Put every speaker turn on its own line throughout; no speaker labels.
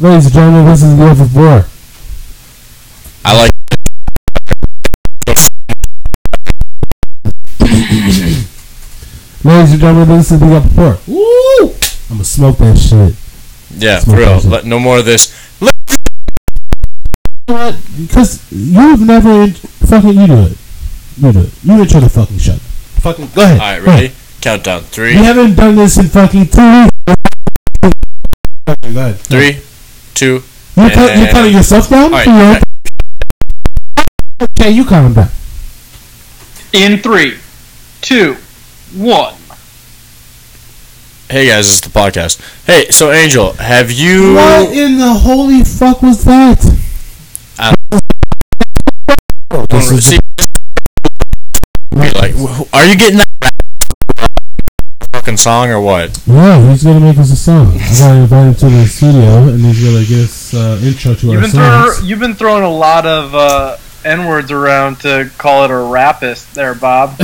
Ladies and gentlemen, this is the Love of War.
I like.
Ladies and gentlemen, this is the Love of War. Woo! I'm gonna smoke that shit.
Yeah,
That's
for
my
real.
pleasure.
Let, no more of this.
What? Because you've never in- fucking you do it. You do it. You intro the fucking show. Fucking go ahead.
All right,
Go ahead.
ready? Countdown. Three,
We haven't done this in fucking two weeks. Fucking go ahead.
three, two.
You're, cut- you're cutting yourself down?
All right,
You know?
okay.
Okay, you calm down.
In three, two, one.
Hey guys, it's the podcast. Hey, so Angel, have you?
What in the holy fuck was that?
I
This is-
See, be like, wh- are you getting that fucking song or what?
No, he's gonna make us a song. He's gonna invite him to the studio and he's gonna give us uh, intro to
You've
our
been throwing,
songs.
you've been throwing a lot of uh, n words around to call it a rapist, there, Bob.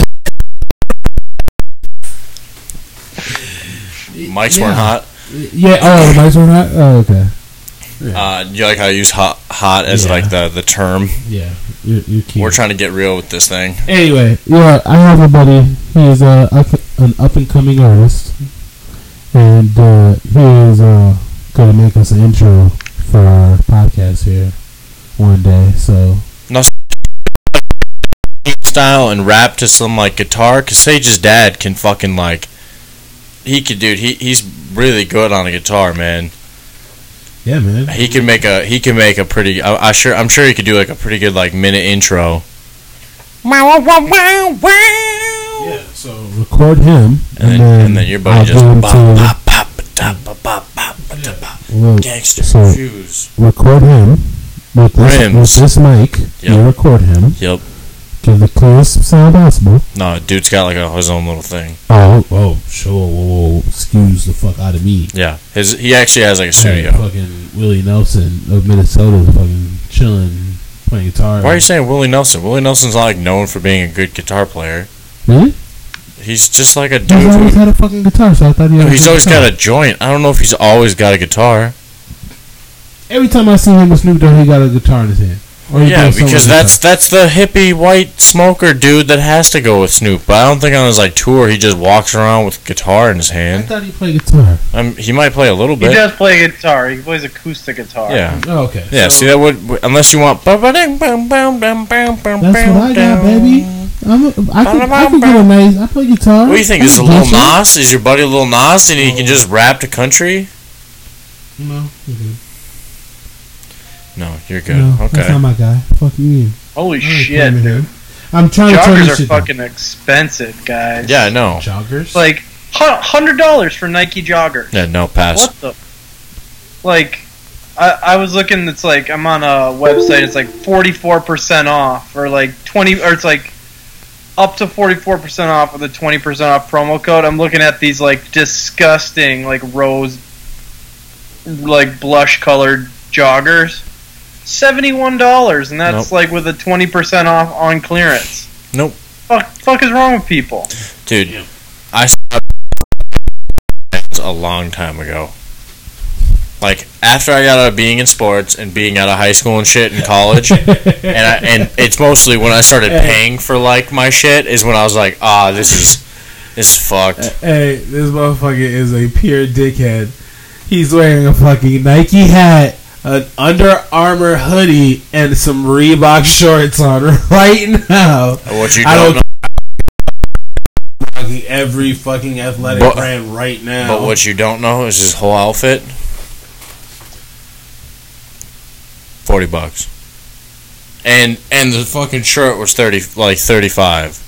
Mics
Yeah.
weren't hot.
Yeah. Oh, the mics were not. Oh, okay.
Uh, you like how I use hot, hot as
Yeah.
like the the term?
Yeah. You, you keep.
We're trying to get real with this thing.
Anyway, yeah, I have a buddy. He is uh, up, an up and coming artist, and uh, he is uh, gonna make us an intro for our podcast here one day. So
style and rap to some like guitar because Sage's dad can fucking like he could dude he he's really good on a guitar man
yeah, man.
he can make a he can make a pretty I, I sure I'm sure he could do like a pretty good like minute intro wow wow wow wow wow
Yeah. So record him,
and then and then your buddy just
give him
bop
to-
bop bop da, bop bop bop da, bop
we'll
gangster
So-
shoes
record him with this,
Rims.
with this mic. You
Yep.
record him.
yep
Give the clearest sound possible.
no dude's got like a, his own little thing
Oh, oh, sure. Whoa, whoa, excuse the fuck out of me.
yeah his he actually has like a
Hey,
studio
Fucking Willie Nelson of Minnesota, was fucking chilling, playing guitar.
why are you saying Willie Nelson Willie Nelson's not like known for being a good guitar player
Really?
He's just like a dude.
He's always
Who,
had a fucking guitar, so I thought he.
no,
always
he's
had a
always
guitar.
got a joint. I don't know if he's always got a guitar.
Every time I see him with Snoop Dogg, he got a guitar in his hand. Or he
Yeah,
plays someone's
because that's that's the hippie white smoker dude that has to go with Snoop. But I don't think on his like tour he just walks around with guitar in his
guitar. I
hand.
thought he played guitar.
Um, he might play a little
He
bit.
does play guitar. He plays acoustic guitar.
Yeah,
Oh, okay.
yeah.
So-
See that would unless you want. That's what
That's what I
I
got, baby. I'm a, I could, I could get a nice. I play guitar.
What do you think?
I
Is it
could
Lil
blast it.
Nas? Is your buddy Lil Nas, and he can just rap to country?
No. mhm.
No, you're good.
No, That's
okay.
not my guy. Fuck you.
Holy
I ain't
shit,
playing with
dude.
him. I'm trying to turn
Joggers
this
are
shit down.
fucking expensive, guys.
Yeah, no.
Joggers?
It's like hun- hundred dollars for Nike jogger.
Yeah, no. Pass.
What the? Like, I, I was looking. It's like I'm on a website. It's like 44 percent off, or like 20, or it's like up to 44 percent off with a 20 percent off promo code. I'm looking at these like disgusting, like rose, like blush colored joggers. Seventy-one dollars, and that's
Nope.
like with a twenty percent off on clearance.
Nope.
Fuck, fuck is wrong with people?
Dude,
Yeah.
I saw a long time ago. Like after I got out of being in sports and being out of high school and shit in college, and I, and it's mostly when I started paying for like my shit is when I was like, ah, this is this is fucked.
Hey, this motherfucker is a pure dickhead. He's wearing a fucking Nike hat, an Under Armour hoodie, and some Reebok shorts on right now.
What you
I
don't,
don't
know,
Fucking every fucking athletic
But-
brand right now.
but what you don't know is his whole outfit. Forty bucks, and and the fucking shirt was thirty like thirty five.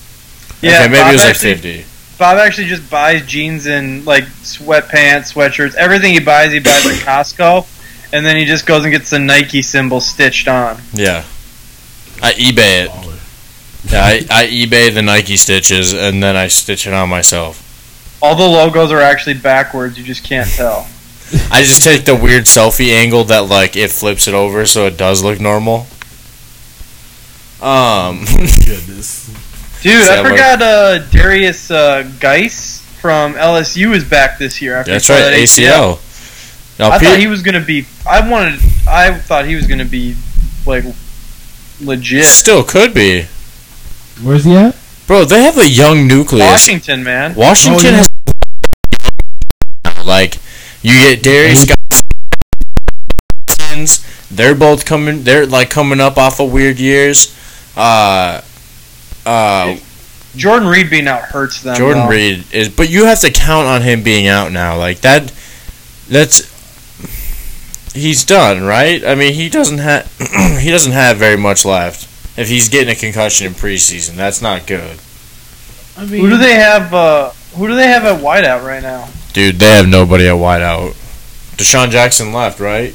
Yeah, okay, maybe
Bob
it was like
actually
fifty.
Bob actually just buys jeans and like sweatpants, sweatshirts, everything he buys, he buys at Costco, and then he just goes and gets the Nike symbol stitched on.
Yeah. I eBay it.
Oh,
Yeah, I, I eBay the Nike stitches and then I stitch it on myself.
All the logos are actually backwards. You just can't tell.
I just take the weird selfie angle that like it flips it over so it does look normal. Um
Goodness.
Dude,
Is that
I
what-
forgot uh, Darius uh, Geis from LSU is back this year. After he
That's
tore
right,
that
ACL. Now,
I
Pe-
thought he was gonna be. I wanted. I thought he was gonna be like legit.
still could be,
Where's he at?
bro. They have a young nucleus.
Washington, man.
Washington
Oh, yeah.
has like you get Darius Scott. They're both coming. They're like coming up off of weird years. Uh, uh,
Jordan Reed being out hurts them.
Jordan
though.
Reed is, but you have to count on him being out now. Like that, that's he's done, right? I mean, he doesn't have he doesn't have very much left. If he's getting a concussion in preseason, that's not good,
I mean,
Who do they have? Uh, who do they have at wideout right now?
dude. They have nobody at wideout. Deshaun Jackson left, right?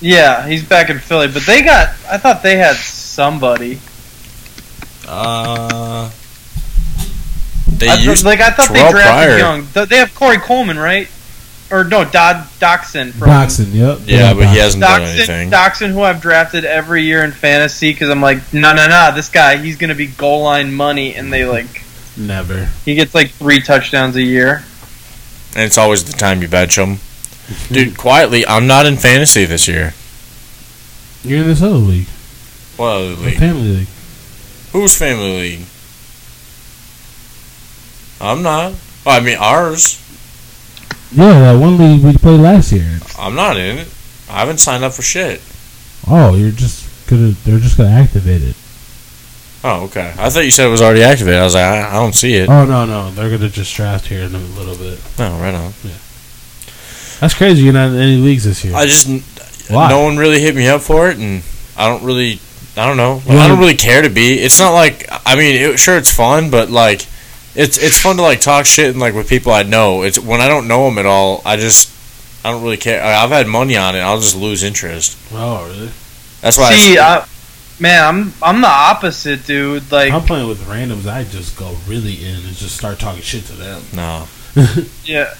Yeah, he's back in Philly, but they got. I thought they had somebody.
Uh, they
I thought-
used
like I thought they
Terrell Pryor.
drafted Young. Th- They have Corey Coleman, right? Or no, Dodd Doxson from
Boxing, yep.
yeah, but he
Boxing.
hasn't done
Doxson,
anything.
Doxson, who I've drafted every year in fantasy because I'm like, no, no, no, this guy, he's gonna be goal line money, and they like
Never.
he gets like three touchdowns a year.
and it's always the time you bench him, dude. Quietly, I'm not in fantasy this year.
You're in this other league.
Well,
the Family league.
Whose family league? I'm not. Well, I mean, ours.
Yeah, that one league we played last year.
I'm not in it. I haven't signed up for shit.
Oh, you're just gonna. They're just gonna activate it.
Oh, okay. I thought you said it was already activated. I was like, I, I don't see it.
Oh no, no, they're gonna just draft here in a little bit.
No, right on.
That's crazy. You're not in any leagues this year.
I just
Why?
no one really hit me up for it, and I don't really, I don't know.
You
I don't
wanna-
really care to be. It's not like I mean, it, sure, it's fun, but like, it's it's fun to like talk shit and like with people I know. It's when I don't know them at all. I just I don't really care. I, I've had money on it. I'll just lose interest.
oh, really?
That's why. I
See,
s-
I, man, I'm I'm the opposite, dude. Like,
I'm playing with randoms. I just go really in and just start talking shit to them.
no.
yeah,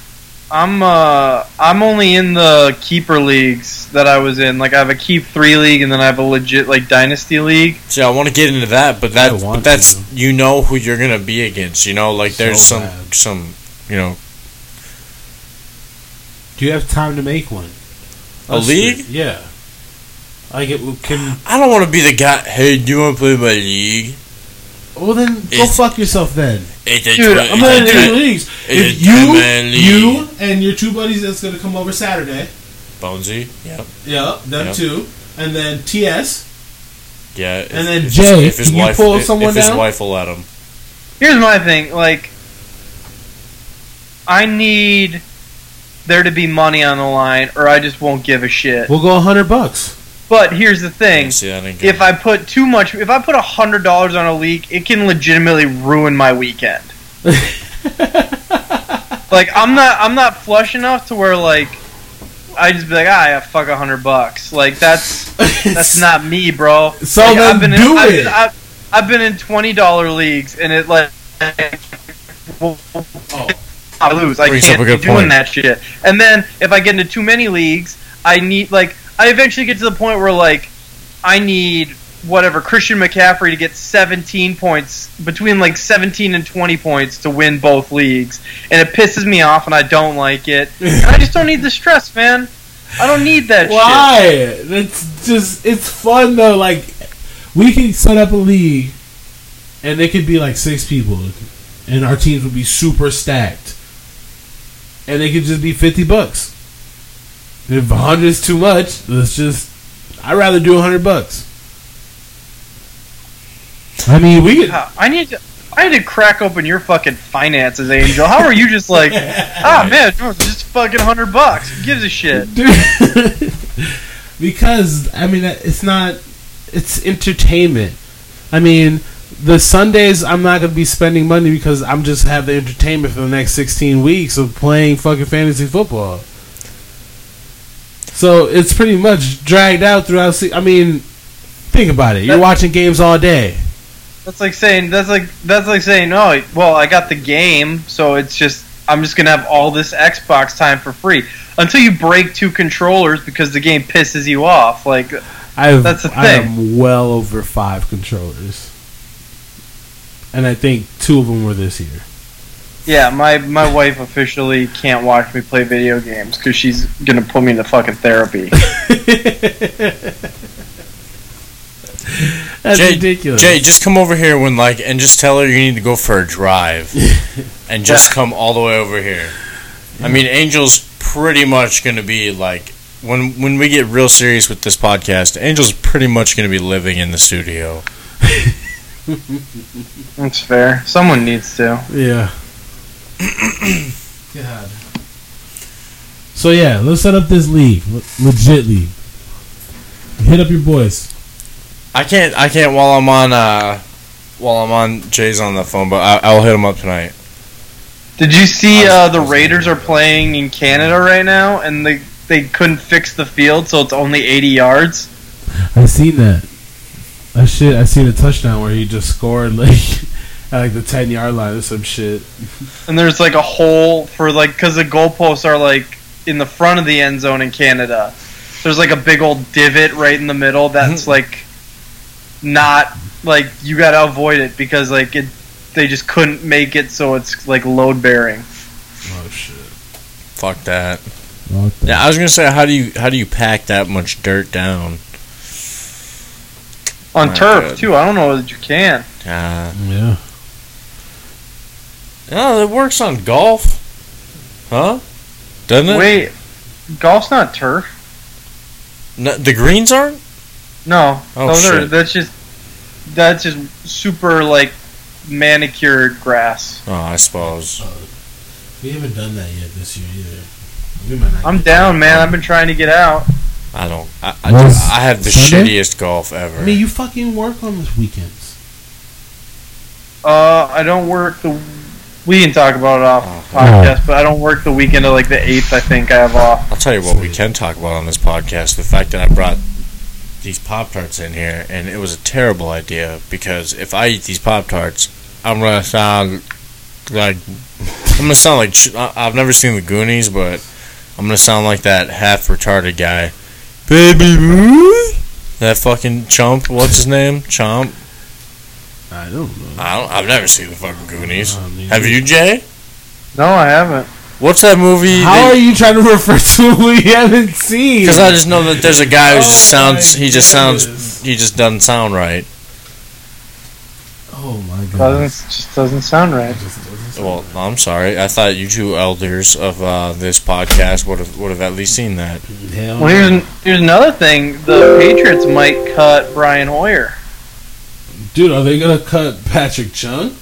I'm uh I'm only in the keeper leagues that I was in. Like, I have a keep three league, and then I have a legit like dynasty league.
See, I want to get into that, but
I
that,
want
but that's you know who you're gonna be against. You know, like there's
So
some
bad.
some you know
Do you have time to make one?
a league.
Yeah. I get well, can.
I don't want to be the guy. Hey, do you want to play my league?
Well, then go
It's-
fuck yourself then.
It's a
Dude,
tw-
I'm
it's
not in
a
any
tw-
leagues. If
it's a
you,
ten-man league.
you, and your two buddies that's gonna come over Saturday.
Bonesy, yeah,
Yeah, them
Yeah.
two, and then TS.
yeah, if-
And then
if
Jay,
his- if his
you
wife,
pull
if,
someone
if his
down?
wife will let him.
Here's my thing, like I need there to be money on the line or I just won't give a shit.
We'll go a hundred bucks.
But here's the thing.
See, I didn't get
If I put too much if I put a hundred dollars on a leak, it can legitimately ruin my weekend. Like I'm not I'm not flush enough to where like I just be like, ah, yeah, fuck a hundred bucks. Like that's that's not me, bro.
So
like,
then
been
do
in, I've
it.
been, I've, I've been in twenty dollar leagues, and it like. I lose. I
Brings
can't
up a good
be doing
point.
that shit. And then if I get into too many leagues, I need like I eventually get to the point where like I need whatever Christian McCaffrey to get 17 points between like 17 and 20 points to win both leagues, and it pisses me off, and I don't like it. And I just don't need the stress, man. I don't need that shit.
Why? It's just it's fun though. Like we can set up a league, and it could be like six people, and our teams would be super stacked, and it could just be fifty bucks. If hundred is too much, let's just. I'd rather do hundred bucks. I mean, we could.
Yeah, I need to. I need to crack open your fucking finances, Angel. How are you just like, ah, man, just fucking hundred bucks. Who gives a shit?
Dude. because I mean that- it's not it's entertainment. I mean the Sundays I'm not gonna be spending money because I'm just have the entertainment for the next 16 weeks of playing fucking fantasy football. So it's pretty much dragged out throughout. Se- I mean, think about it. You're
That-
watching games all day.
That's like saying that's like that's like saying no. Well, I got the game, so it's just I'm just gonna have all this Xbox time for free until you break two controllers because the game pisses you off. Like
I've,
That's the
I
thing.
am well over five controllers, and I think two of them were this year.
Yeah, my my wife officially can't watch me play video games because she's gonna put me into fucking therapy.
That's
Jay-
ridiculous.
Jay, just come over here when like, and just tell her you need to go for a drive, and just come all the way over here. I mean, Angel's pretty much gonna be like when when we get real serious with this podcast. Angel's pretty much gonna be living in the studio.
That's fair. Someone needs to.
Yeah. God.
So yeah, let's set up this league, le- legit league. Hit up your boys.
I can't. I can't while I'm on. Uh, while I'm on Jay's on the phone, but I, I'll hit him up tonight.
Did you see uh, the Raiders are playing in Canada right now, and they they couldn't fix the field, so it's only eighty yards.
I seen that. I shit. I seen a touchdown where he just scored like at like the ten yard line or some shit.
And there's like a hole for like because the goalposts are like in the front of the end zone in Canada. There's like a big old divot right in the middle
Mm-hmm.
that's like not like you gotta avoid it because like it they just couldn't make it so it's like load bearing.
Oh shit.
Fuck that.
What the-
Yeah, I was gonna say, how do you how do you pack that much dirt down?
On
My
turf
God.
too. I don't know that you can.
Uh,
Yeah.
no, it works on golf, huh? Doesn't it?
Wait, golf's not turf.
No, the greens aren't.
No,
Oh,
those are
shit.
that's just that's just super like manicured grass.
Oh, I suppose.
We haven't done that yet this year either. We might not.
I'm down, man. I've been trying to get out.
I don't. I I,
Was
I have the
Sunday?
shittiest golf ever.
I mean, you fucking work on the weekends.
Uh, I don't work the. We can talk about it
Oh,
off podcast, but I don't work the weekend of like the eighth. I think I have off.
I'll tell you what we can talk about on this podcast: the fact that I brought these pop tarts in here, and it was a terrible idea because if I eat these pop tarts, I'm gonna sound like I'm gonna sound like sh- I- I've never seen the Goonies, but I'm gonna sound like that half retarded guy, baby. Ruth? That fucking chump. What's his name? Chomp.
I don't know.
I don't, I've never seen the fucking Goonies.
Um,
Have you, Jay?
No, I haven't.
What's that movie?
How
that-
are you trying to refer to what we haven't seen?
Because I just know that there's a guy who just
Oh my
sounds. He just
goodness.
sounds. He just doesn't sound right.
oh my
Mm.
god.
Doesn't just doesn't sound right.
Well, I'm sorry. I thought you two elders of uh, this podcast would have would have at least seen that.
Hell
Well, here's an, here's another thing. The Patriots might cut Brian Hoyer.
Dude, are they gonna cut Patrick Chung?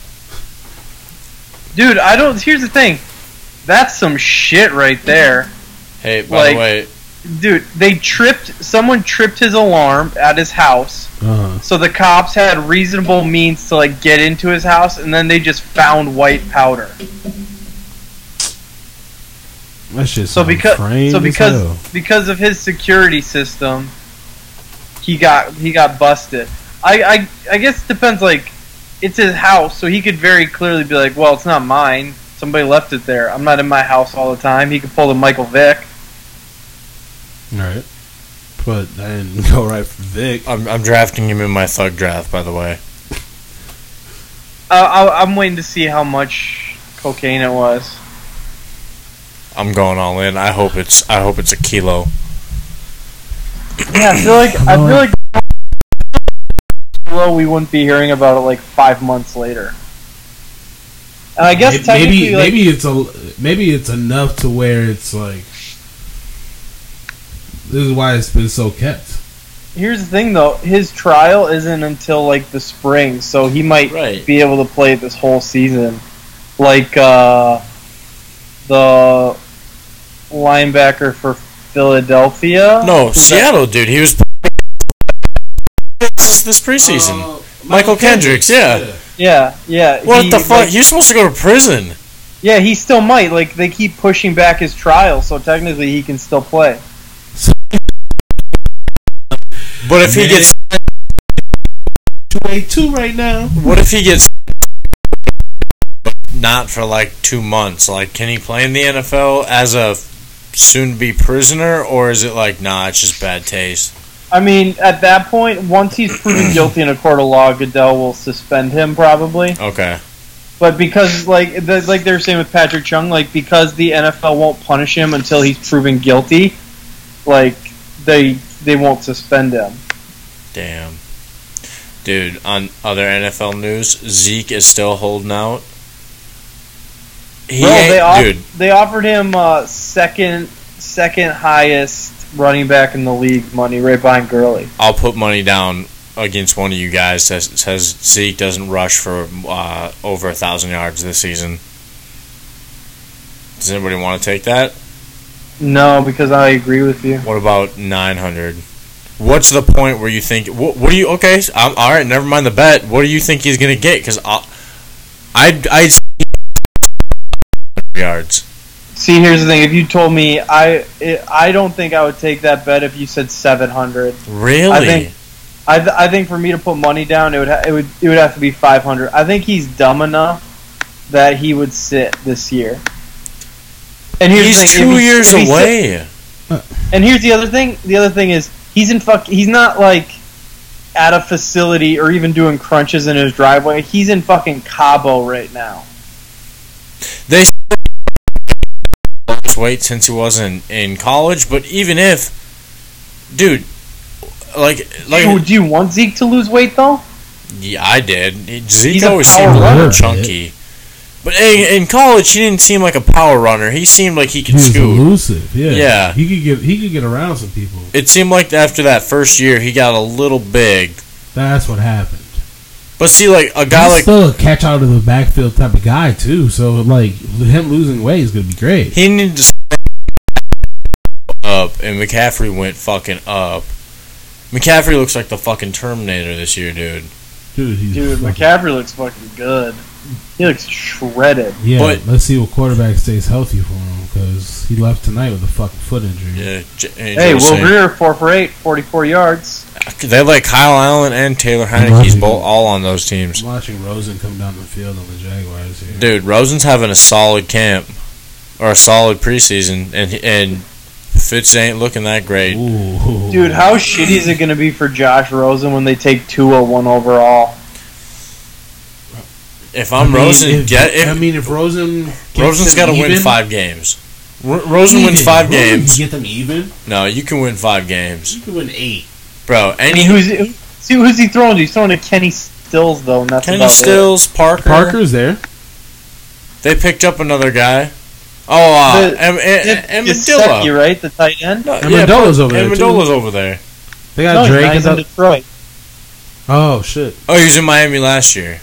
Dude, I don't. Here's the thing. That's some shit right there,
Hey, by
Like-
the way,
dude. They tripped. Someone tripped his alarm at his house,
Uh-huh.
so the cops had reasonable means to like get into his house, and then they just found white powder.
That shit's
So because so because because of his security system, he got he got busted. I, I I guess it depends. Like, it's his house, so he could very clearly be like, "Well, it's not mine. Somebody left it there. I'm not in my house all the time." He could pull the Michael Vick.
all right, but I didn't go right for Vic.
I'm, I'm drafting him in my thug draft. By the way,
Uh, I, I'm waiting to see how much cocaine it was.
I'm going all in. I hope it's I hope it's a kilo.
Yeah, I feel like I feel like. Well, we wouldn't be hearing about it like five months later. And I guess
May-
technically,
maybe
like,
maybe it's a maybe it's enough to where it's like this is why it's been so kept.
Here's the thing, though. His trial isn't until like the spring, so he might
Right.
be able to play this whole season. Like uh, the linebacker for Philadelphia.
No,
Is that-
Seattle, dude. He was this this preseason.
Oh, Uh,
Michael Kendricks, yeah.
Yeah, yeah.
what
he-
the fuck?
like-
You're supposed to go to prison.
yeah, he still might. Like they keep pushing back his trial, so technically he can still play.
But if he
Man.
gets
two eight two right now.
What if he gets not for like two months? Like, can he play in the NFL as a soon-to-be prisoner, or is it like, nah, it's just bad taste?
I mean, at that point, once he's proven guilty in a court of law, Goodell will suspend him probably.
Okay,
But because like the, like they were saying with Patrick Chung, like because the NFL won't punish him until he's proven guilty, like they they won't suspend him.
Damn. Dude, on other NFL news, Zeke is still holding out. He
Bro,
ain't-
they, off-
dude,
they offered him uh, second second highest running back in the league money, right behind Gurley.
I'll put money down against one of you guys that says Zeke doesn't rush for uh, over a thousand yards this season. Does anybody want to take that?
No, because I agree with you.
What about 900? What's the point where you think? What, what do you? Okay, so I'm, all right. Never mind the bet. What do you think he's gonna get? Because I, I, I yards.
See, here's the thing: if you told me, I it, I don't think I would take that bet if you said seven hundred.
Really?
I think I, th- I think for me to put money down, it would ha- it would it would have to be five hundred. I think he's dumb enough that he would sit this year. And here's
he's
the thing, if
two
he-
years
if he sit-
away.
and here's the other thing. The other thing is he's in fuck. He's not like at a facility or even doing crunches in his driveway. He's in fucking Cabo right now.
lost weight since he wasn't in college. But even if, dude, like, like,
Ooh, do you want Zeke to lose weight though?
yeah, I did. Zeke
He's a
always
power
seemed a little
runner.
chunky. But in, in college, he didn't seem like a power runner. He seemed like he
He
could
was
scoot.
elusive. Yeah.
Yeah.
He could get he could get around some people.
It seemed like after that first year, he got a little big.
That's what happened.
But see, like a guy
He's
like
still a catch out of the backfield type of guy too. So like him losing weight is gonna be great.
he needed to s- up, and McCaffrey went fucking up. McCaffrey looks like the fucking Terminator this year, dude.
Dude, he's
Dude,
fucking-
McCaffrey looks fucking good. He looks shredded.
Yeah,
But-
let's see what quarterback stays healthy for him because he left tonight with a fucking foot injury.
Yeah. J-
Hey,
Angel was
Will
saying-
Greer, 4 for 8, 44 yards.
They like Kyle Allen and Taylor Heineke's both all on those teams.
I'm watching Rosen come down the field on the Jaguars here.
Dude, Rosen's having a solid camp or a solid preseason, and and Fitz ain't looking that great.
Ooh.
Dude, how shitty is it going to be for Josh Rosen when they take 201 overall?
If
I
I'm
mean,
Rosen,
if-
get if,
I mean, if Rosen gets
Rosen's
them
got to win
even-
five games. R- Rosen wins
even,
five
Rosen, you
games.
Get them even.
No, you can win five games,
You can win eight.
bro.
I mean,
Any
who's, who- see, who's he throwing to? He's throwing to Kenny Stills, though, and that's
Kenny
about it.
Stills, Parker,
Parker's there.
They picked up another guy. Oh, uh,
The-
Am-
It's
Am-
Gesicki,
Amendola.
right? The tight end?
No, yeah,
Amendola's over there. too.
Amendola's over there.
They
No,
got
he's
Drake.
not.
and
He's in
the-
Detroit.
oh shit!
Oh, he was in Miami last year.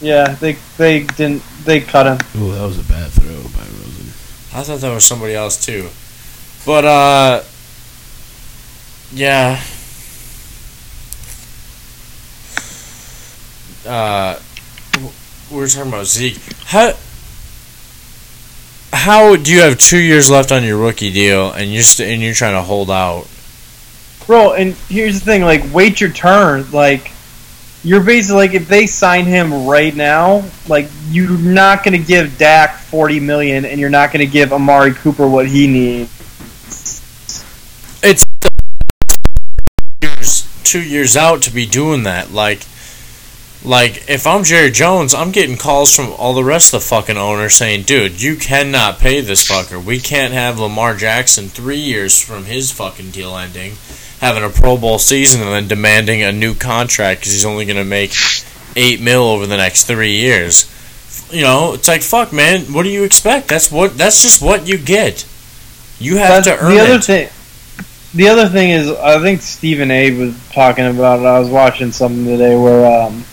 Yeah, they they didn't they cut him.
Ooh, that was a bad throw by Rosen.
I thought that was somebody else too. But uh yeah. Uh w- we were talking about Zeke. How how do you have 2 years left on your rookie deal and you're st- and you're trying to hold out?
Bro, and here's the thing, like, wait your turn. Like, you're basically like, if they sign him right now, like, you're not going to give Dak forty million, and you're not going to give Amari Cooper what he needs.
Years 2 years out to be doing that like like if I'm Jerry Jones, I'm getting calls from all the rest of the fucking owners saying, "Dude, you cannot pay this fucker. We can't have Lamar Jackson 3 years from his fucking deal ending having a Pro Bowl season and then demanding a new contract cuz he's only going to make 8 mil over the next 3 years." You know, it's like, "Fuck, man, what do you expect? That's what that's just what you get. You have to earn
the other
it."
thing. The other thing is, I think Stephen A. was talking about it. I was watching something today where um,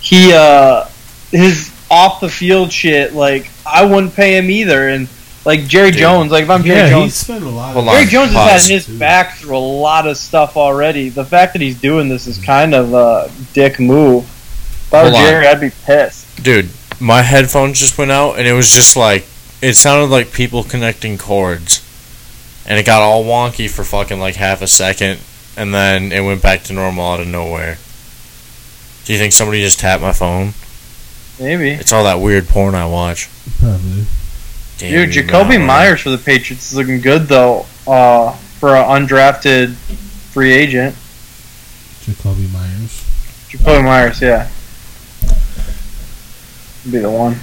he uh, his off the field shit. Like, I wouldn't pay him either, and like Jerry
Dude.
Jones. Like, if I'm Jerry
yeah,
Jones,
he spent a lot.
Hold
of
on.
Jerry Jones has
Pause.
had his back through a lot of stuff already. The fact that he's doing this is kind of a dick move. If I were
Hold on.
Jerry, I'd be pissed.
dude, my headphones just went out, and it was just like it sounded like people connecting cords, and it got all wonky for fucking like half a second, and then it went back to normal out of nowhere. Do you think somebody just tapped my phone?
Maybe.
It's all that weird porn I watch.
Probably.
Damn,
Dude,
you're
Jacoby
not right.
Myers for the Patriots is looking good though. Uh, for an undrafted free agent,
Jacoby Myers.
Jacoby Myers. Yeah. Be the one.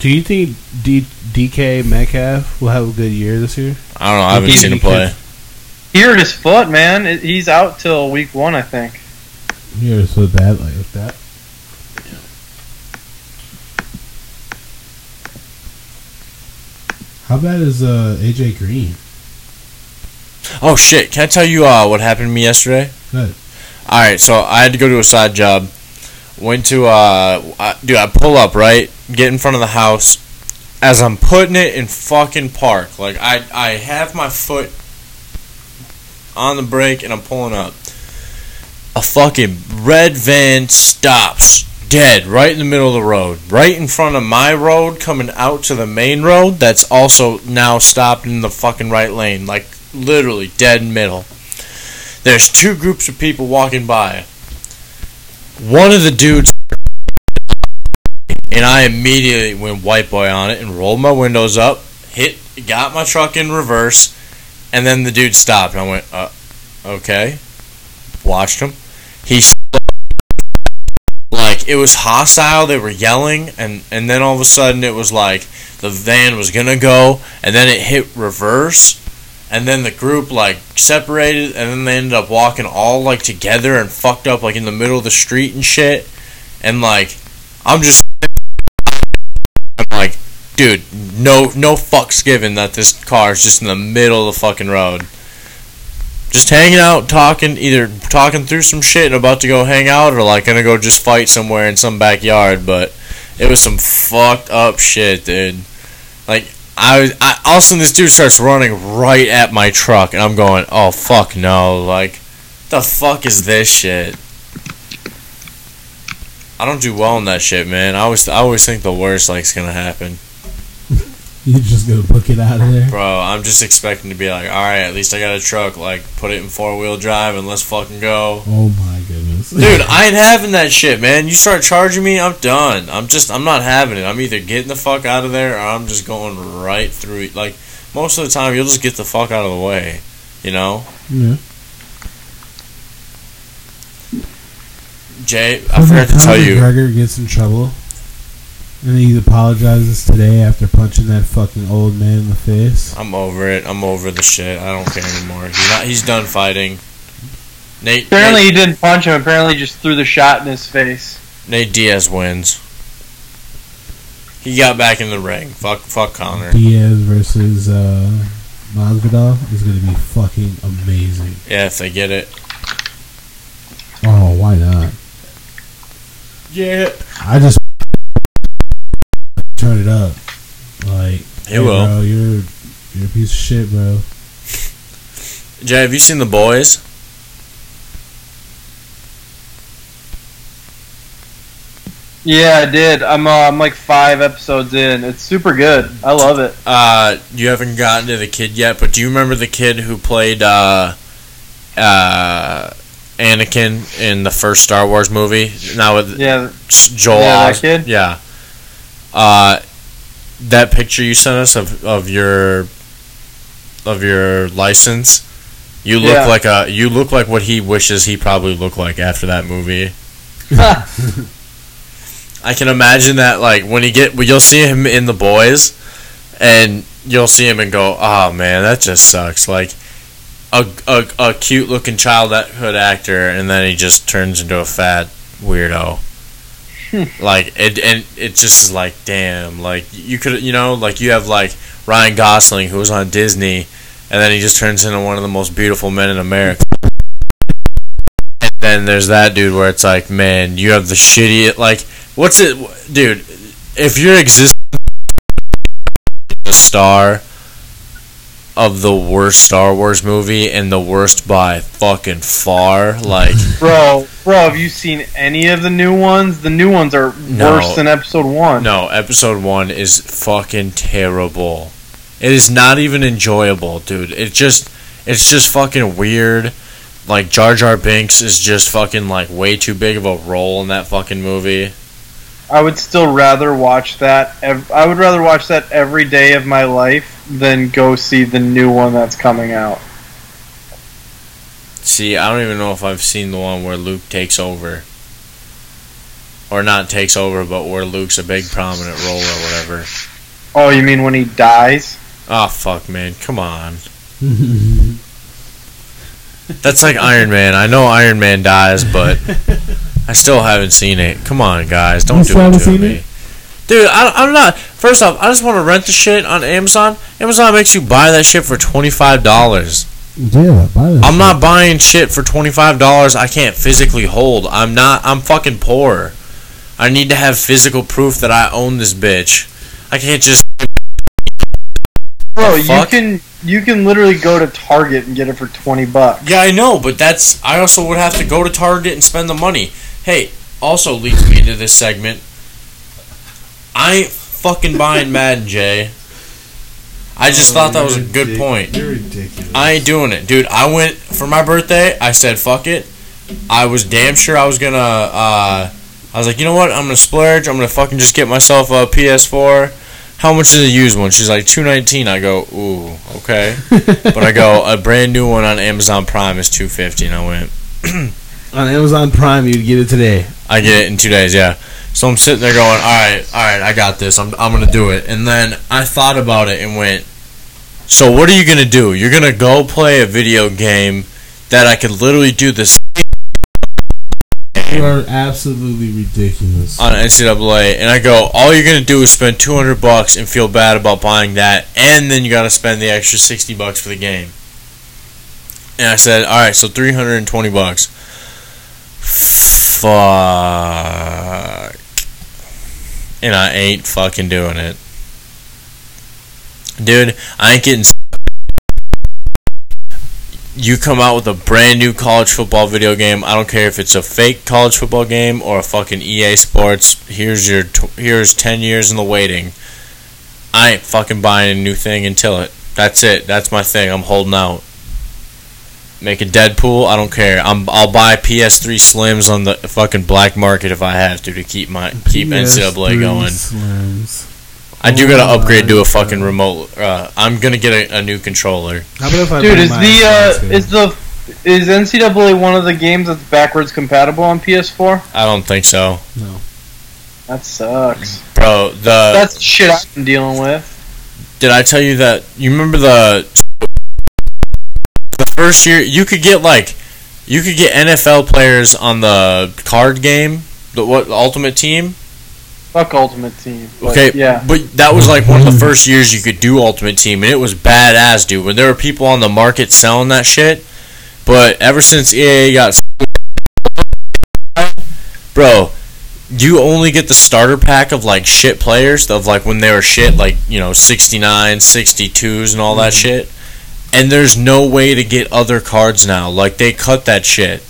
Do you think D- DK Metcalf will have a good year this year?
I don't know. I haven't
He's
seen him
gonna be
play.
He hurt his foot, man. It- He's out till week one, I think.
You're so bad like with that. How bad is uh, AJ Green?
Oh shit! Can I tell you uh, what happened to me yesterday?
Good.
All right, so I had to go to a side job. Went to uh, I, dude, I pull up right, get in front of the house. As I'm putting it in fucking park, like I I have my foot on the brake and I'm pulling up. A fucking red van stops dead right in the middle of the road, right in front of my road coming out to the main road. That's also now stopped in the fucking right lane, like literally dead middle there's two groups of people walking by. One of the dudes, and I immediately went white boy on it and rolled my windows up, hit, got my truck in reverse, and then the dude stopped. And I went, uh, okay. Watched him. He, s- like, it was hostile. They were yelling, and, and then all of a sudden it was like the van was gonna go, and then it hit reverse, and then the group like separated and then they ended up walking all like together and fucked up like in the middle of the street and shit and like i'm just i'm like dude no no fucks given that this car is just in the middle of the fucking road just hanging out talking either talking through some shit and about to go hang out or like gonna go just fight somewhere in some backyard but it was some fucked up shit dude I, was- I all of a sudden this dude starts running right at my truck, and I'm going, "Oh fuck no!" Like, the fuck is this shit? I don't do well in that shit, man. I always I always think the worst like's gonna happen,
You just gonna book it out of there?
bro. I'm just expecting to be like, "All right, at least I got a truck. Like, put it in four wheel drive and let's fucking go."
Oh my goodness,
Dude, I ain't having that shit, man. You start charging me, I'm done. I'm just, I'm not having it. I'm either getting the fuck out of there or I'm just going right through it. Like, most of the time, you'll just get the fuck out of the way, you know?
Yeah.
Jay, I forgot to
Conor
tell you.
McGregor gets in trouble, and he apologizes today after punching that fucking old man in the face.
I'm over it. I'm over the shit. I don't care anymore. He's not. He's done fighting. Nate. Nate,
Apparently, he didn't punch him. Apparently, he just threw the shot in his face.
Nate Diaz wins. He got back in the ring. Fuck. Fuck Connor.
Diaz versus uh, Masvidal is gonna be fucking amazing.
Yeah, if they get it.
Oh, why not?
Yeah.
I just turn it up. Like,
He will.
Bro, you're you're a piece of shit, bro.
Jay, have you seen the boys?
Yeah, I did. I'm, uh, I'm like five episodes in. It's super good. I love it.
Uh, you haven't gotten to the kid yet, but do you remember the kid who played uh, uh, Anakin in the first Star Wars movie? Now with
Yeah,
Joel.
Yeah, that
Os-
kid?
Yeah. Uh, that picture you sent us of, of your of your license, you look
Yeah.
like a you look like what he wishes he probably looked like after that movie. I can imagine that like when he get well, you'll see him in the boys, and you'll see him and go, oh man, that just sucks. Like a a, a cute looking childhood actor, and then he just turns into a fat weirdo. like it, and it just is like damn. Like you could you know like you have like Ryan Gosling who was on Disney, and then he just turns into one of the most beautiful men in America. And then there's that dude where it's like, man, you have the shitty like, what's it, dude? If you're existing a star of the worst Star Wars movie and the worst by fucking far, like,
bro, bro. Have you seen any of the new ones? The new ones are
No.
worse than episode one.
no, Episode One is fucking terrible. It is not even enjoyable, dude. It just it's just fucking weird. Like Jar Jar Binks is just fucking like way too big of a role in that fucking movie.
I would still rather watch that. Ev- I would rather watch that every day of my life than go see the new one that's coming out.
See, I don't even know if I've seen the one where Luke takes over. or not takes over, but where Luke's a big prominent role or whatever.
Oh, you mean when he dies?
Oh fuck, man, come on. That's like Iron Man. I know Iron Man dies, but I still haven't seen it. Come on, guys, don't
You still
do it
haven't
to
seen
me,
it?
dude. I, I'm not. First off, I just want to rent the shit on Amazon. Amazon makes you buy that shit for twenty five dollars.
yeah, buy that.
I'm not buying shit for twenty five dollars. I can't physically hold. I'm not. I'm fucking poor. I need to have physical proof that I own this bitch. I can't just.
Bro, you
fuck?
can you can literally go to Target and get it for twenty bucks.
Yeah, I know, but that's I also would have to go to Target and spend the money. Hey, also leads me into this segment. I ain't fucking buying Madden, Jay. I just thought that was a good point.
You're ridiculous.
I ain't doing it, dude. I went for my birthday. I said fuck it. I was damn sure I was gonna. Uh, I was like, you know what? I'm gonna splurge. I'm gonna fucking just get myself a PS4. How much is a used one? She's like two nineteen. I go, ooh, okay. But I go, a brand new one on Amazon Prime is two fifty, and I went.
on Amazon Prime, you'd get it today.
I get it in two days, yeah. So I'm sitting there going, all right, all right, I got this. I'm, I'm gonna do it. And then I thought about it and went, so what are you gonna do? You're gonna go play a video game that I could literally do this
You are absolutely ridiculous.
on NCAA, and I go, all you're gonna do is spend 200 bucks and feel bad about buying that, and then you gotta spend the extra 60 bucks for the game. And I said, all right, so 320 bucks. Fuck. And I ain't fucking doing it, dude. I ain't getting. s- You come out with a brand new college football video game. I don't care if it's a fake college football game or a fucking EA Sports. Here's your tw- here's ten years in the waiting. I ain't fucking buying a new thing until it. That's it. That's my thing. I'm holding out. Make a Deadpool. I don't care. I'm I'll buy PS3 Slims on the fucking black market if I have to to keep my keep NCAA going. I do gotta
Oh
upgrade
my
to a fucking
God.
remote. Uh, I'm gonna get a, a new controller.
How about if I
Dude,
bring
is
my
the
Xbox
uh,
in?
is the is NCAA one of the games that's backwards compatible on PS4?
I don't think so,
That sucks.
bro. The
That's shit I've been dealing with.
did I tell you that? You remember the the first year you could get like you could get NFL players on the card game, the what Ultimate Team.
Fuck Ultimate Team. but
Okay,
Yeah.
but that was like one of the first years you could do Ultimate Team, and it was badass, dude. When there were people on the market selling that shit, but ever since EA got, bro, you only get the starter pack of like shit players of like when they were shit, like you know 69, 62s, and all that shit. And there's no way to get other cards now. Like they cut that shit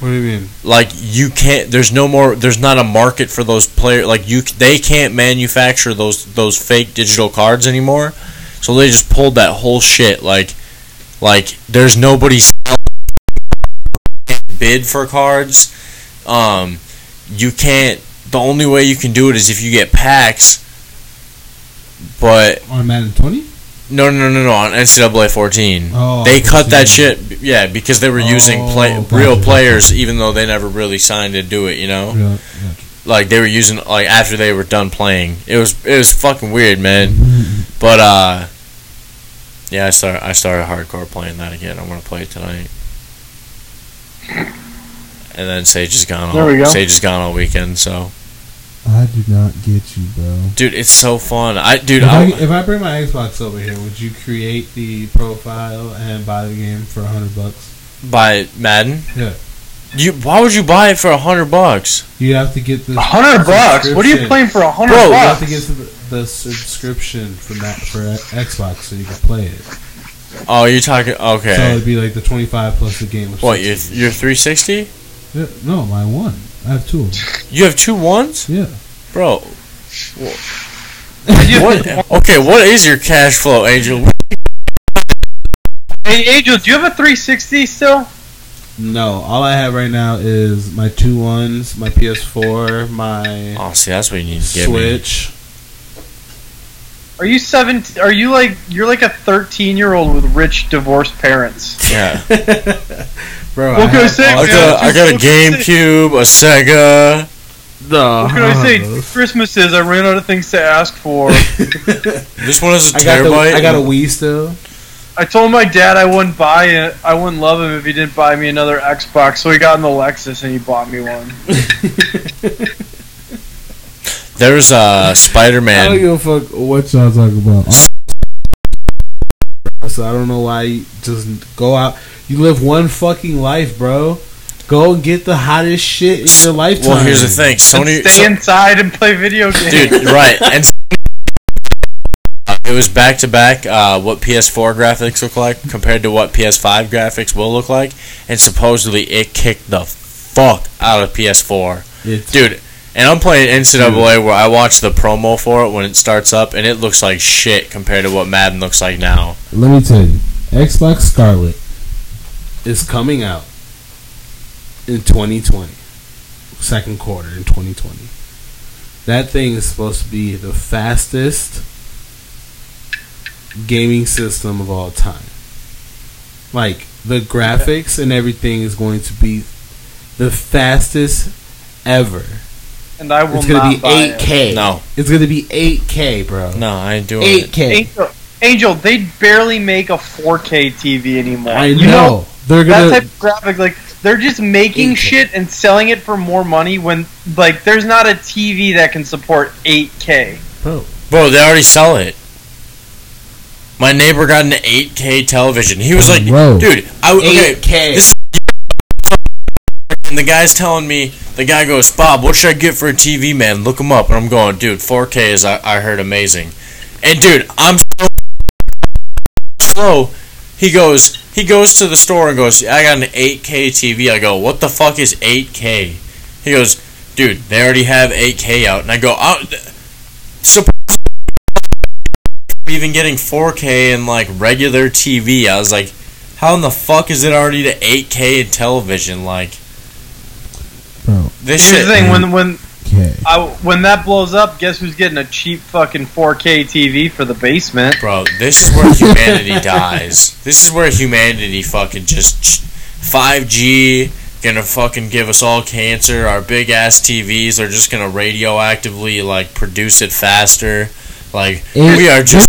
What do you mean?
like you can't there's no more there's not a market for those player like you they can't manufacture those those fake digital cards anymore so they just pulled that whole shit like like there's nobody selling- can't bid for cards um you can't the only way you can do it is if you get packs but
On Madden 20?
no no no no, no on NCAA 14
Oh,
they cut
14.
that shit, b- yeah, because they were using
Oh,
play,
gotcha,
real
gotcha.
players, even though they never really signed to do it. You know,
Yeah,
like they were using like after they were done playing. It was it was fucking weird, man.
yeah.
But uh, yeah, I started I started hardcore playing that again. I'm gonna play it tonight. And then Sage is gone. All,
There we go.
Sage is gone all weekend. So,
I do not get you, bro.
dude, it's so fun. I dude,
If I,
I,
if I bring my Xbox over here, would you create the profile and buy the game for hundred bucks?
by Madden.
Yeah.
You why would you buy it for a hundred bucks?
You have to get the
A hundred bucks. What are you
subscription.
playing for a hundred
Bro,
You
you
have to get
bucks?
the, the subscription for that for Xbox so you can play it.
Oh, you're talking
So
okay.
it'd be like the twenty five plus the game. Which
what your your 360?
Yeah, no, my one. I have two of them.
You have two ones,
Yeah.
bro.
You-
What? okay, what is your cash flow, Angel?
Hey, Angel, do you have a 360 still?
No, all I have right now is my two ones, my PS4, my
Oh, see, that's what you need to get me.
Switch.
Are you seven? Are you like you're like a 13 year old with rich divorced parents?
Yeah,
Bro,
What
I
can I
have
say,
all-
I got, I got a GameCube, a Sega,
The
What can I say? Christmas is. I ran out of things to ask for.
This one is
I
a
got, the,
terabyte.
I got a Wii still.
I told my dad I wouldn't buy it. I wouldn't love him if he didn't buy me another Xbox. So he got an Lexus and he bought me one.
There's uh, Spider
I don't
Man.
give a fuck what
y'all talking about?
y'all. So I don't know why you just go out. You live one fucking life, bro. Go and get the hottest shit in your lifetime.
Well, here's the thing,
And
Sony.
stay
so-
inside and play video games.
dude, right? And it was back to back. uh, What PS4 graphics look like compared to what PS5 graphics will look like, and supposedly it kicked the fuck out of PS4.
It's-
dude. And I'm playing NCAA where I watch the promo for it when it starts up, and it looks like shit compared to what Madden looks like now.
Let me tell you, Xbox Scarlet.
is coming out in 2020, second quarter in 2020. That thing is supposed to be the fastest gaming system of all time. Like the graphics and everything is going to be the fastest ever.
and I will
It's
not
going to be
buy it.
8K.
No,
It's going to be 8K, bro.
no, I ain't doing it.
8K.
Angel, Angel, they barely make a 4K TV anymore.
I
You
know. They're
that
going
type
to
of graphic, like they're just making
8K.
shit and selling it for more money when like there's not a TV that can support 8K.
Bro, they already sell it. My neighbor got an 8K television. He was like,
Bro.
dude, I w- okay.
8K.
This and the guy's telling me, the guy goes, Bob, what should I get for a TV, man? Look him up. And I'm going, dude, 4K is, I, I heard, amazing. And dude, I'm so slow. He goes, he goes to the store and goes, I got an 8K TV. I go, what the fuck is 8K? He goes, dude, they already have 8K out. And I go, oh, th- so even getting 4K and like regular TV. I was like, how in the fuck is it already to 8K in television? Like,
Bro,
this shit.
Here's the
Mm-hmm.
thing: when when
okay.
I, when that blows up, guess who's getting a cheap fucking 4K TV for the basement?
Bro, this is where humanity dies. This is where humanity fucking just. 5G gonna fucking give us all cancer. Our big ass TVs are just gonna radioactively, like, produce it faster. Like,
It-
we are just.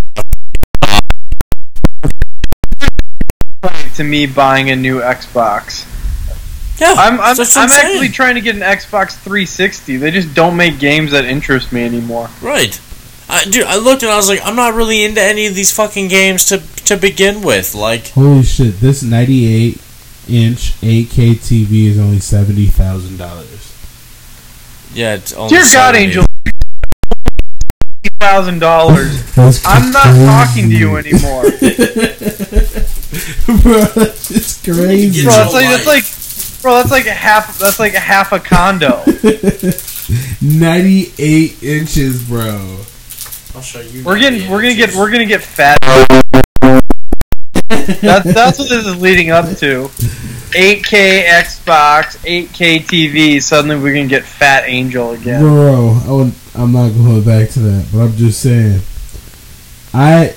To me, buying a new Xbox.
Yeah,
I'm I'm,
that's what
I'm
saying.
actually trying to get an Xbox 360. They just don't make games that interest me anymore.
Right. I, dude, I looked and I was like, I'm not really into any of these fucking games to to begin with. Like,
Holy shit! This 98 inch 8K TV is only seventy thousand dollars.
yeah, it's only
Dear God,
70.
Angel, thousand dollars. I'm not talking to you anymore.
bro. It's crazy.
bro, that's
your
like, that's like, bro, that's like a half. That's like a half a condo.
98 inches, bro.
I'll show you.
We're getting, we're gonna get, we're gonna get fat. That's that's what this is leading up to. 8K Xbox, 8K TV. Suddenly we're gonna get fat Angel again.
Bro, I would, I'm not going back to that, but I'm just saying. I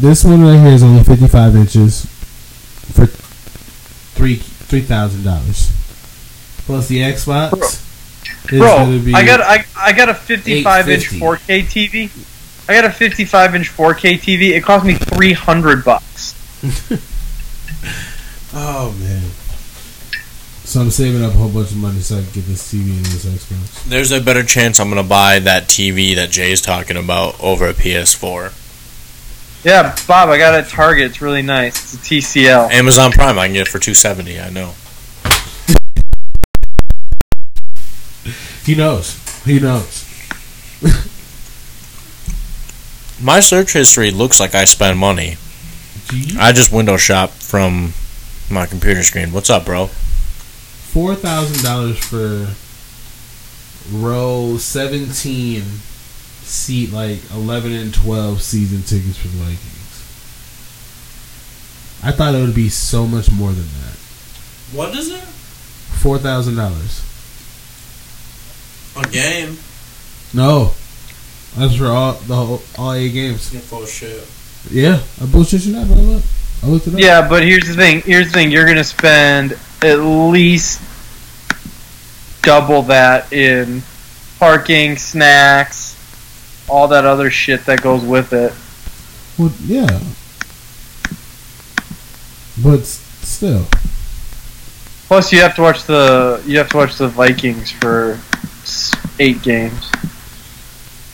this one right here is only 55 inches for three three thousand dollars.
plus the Xbox. is
Bro,
gonna be-
I got I, I got a 55 inch
850.
4K TV. I got a 55 inch 4K TV. It cost me 300 bucks.
Oh man! So I'm saving up a whole bunch of money so I can get this TV and this Xbox.
There's a better chance I'm gonna buy that TV that Jay's talking about over a PS4.
Yeah, Bob, I got it at Target. It's really nice. It's a TCL.
Amazon Prime, I can get it for 270. I know.
He knows. He knows.
My search history looks like I spend money. I just window shop from my computer screen. What's up, bro?
Four thousand dollars for row seventeen, seat like eleven and twelve season tickets for the Vikings. I thought it would be so much more than that.
What is it?
Four thousand dollars.
A game?
No, that's for all the whole, all eight games.
shit.
Yeah,
I bullshit you not, bro. Look, I looked it up.
Yeah, but here's the thing. Here's the thing. You're gonna spend at least double that in parking, snacks, all that other shit that goes with it.
Well, yeah. But s- still,
Plus, you have to watch the you have to watch the Vikings for s- eight games.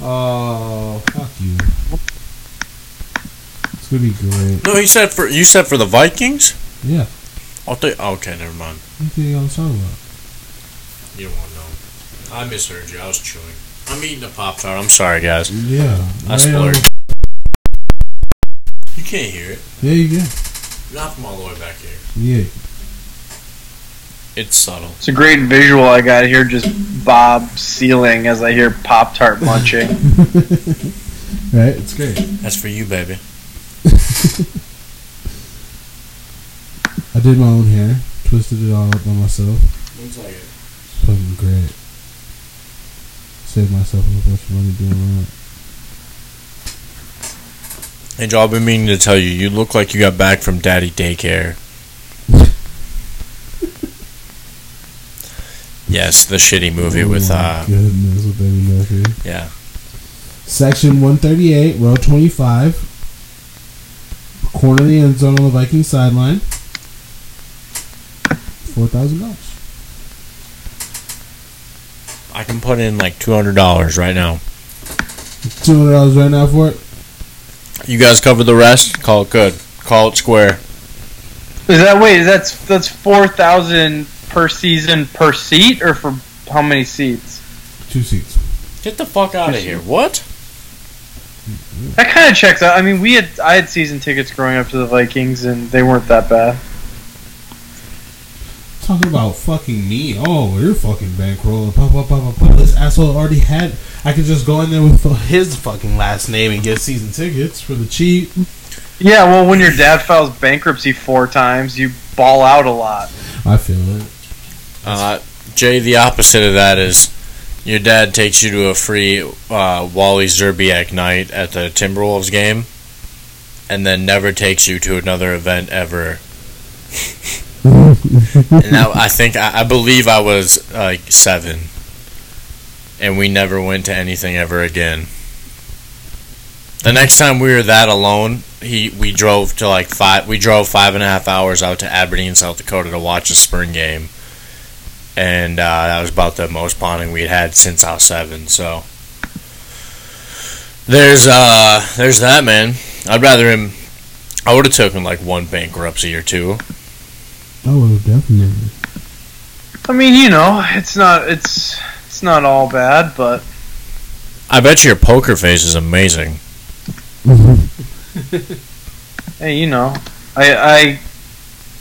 oh fuck you. It's gonna be great.
No, he said for you said for the Vikings.
Yeah.
I'll think. oh, Okay, never mind.
What the hell was talking about?
You don't want to know. I misheard you. I was chewing. I'm eating a pop tart. I'm sorry, guys.
Yeah. um,
I
right on-
splurged. You can't hear it.
There you go.
Not from all the way back here.
Yeah.
It's subtle.
It's a great visual I got here, just Bob sealing as I hear Pop Tart munching.
right. It's great.
That's for you, baby.
I did my own hair, twisted it all up by myself. It's fucking great. Saved myself a bunch of money doing that.
Hey, Joe, I've been meaning to tell you. You look like you got back from daddy daycare. yes, the shitty movie
Oh
with
my
uh,
goodness, with Eddie Murphy.
yeah.
Section 138, row 25. Corner of the end zone on the Viking sideline. $4,000.
I can put in like two hundred dollars right now.
$200 right now for it.
You guys cover the rest. Call it good. Call it square.
Is that wait? Is that's that's four thousand per season per seat, or for how many seats?
Two seats.
Get the fuck out of here. What?
That kind of checks out. I mean, we had I had season tickets growing up to the Vikings, and they weren't that bad.
Talking about fucking me. Oh, you're fucking bankroll. Pop, pop, pop, pop, pop. This asshole already had. I could just go in there with his fucking last name and get season tickets for the cheap.
Yeah, well, when your dad files bankruptcy four times, you ball out a lot.
I feel it.
Uh, Jay, the opposite of that is your dad takes you to a free uh, Wally Zerbiak night at the Timberwolves game, and then never takes you to another event ever. and that, I think I, I believe I was like seven, and we never went to anything ever again. The next time we were that alone, he we drove to like five. We drove five and a half hours out to Aberdeen, South Dakota, to watch a spring game and uh, that was about the most bonding we'd had since I was seven. So there's uh there's that man. I'd rather him. I would have taken like one bankruptcy or two.
Oh, well, definitely.
I mean, you know, it's not it's it's not all bad, but
I bet your poker face is amazing.
hey, you know, I I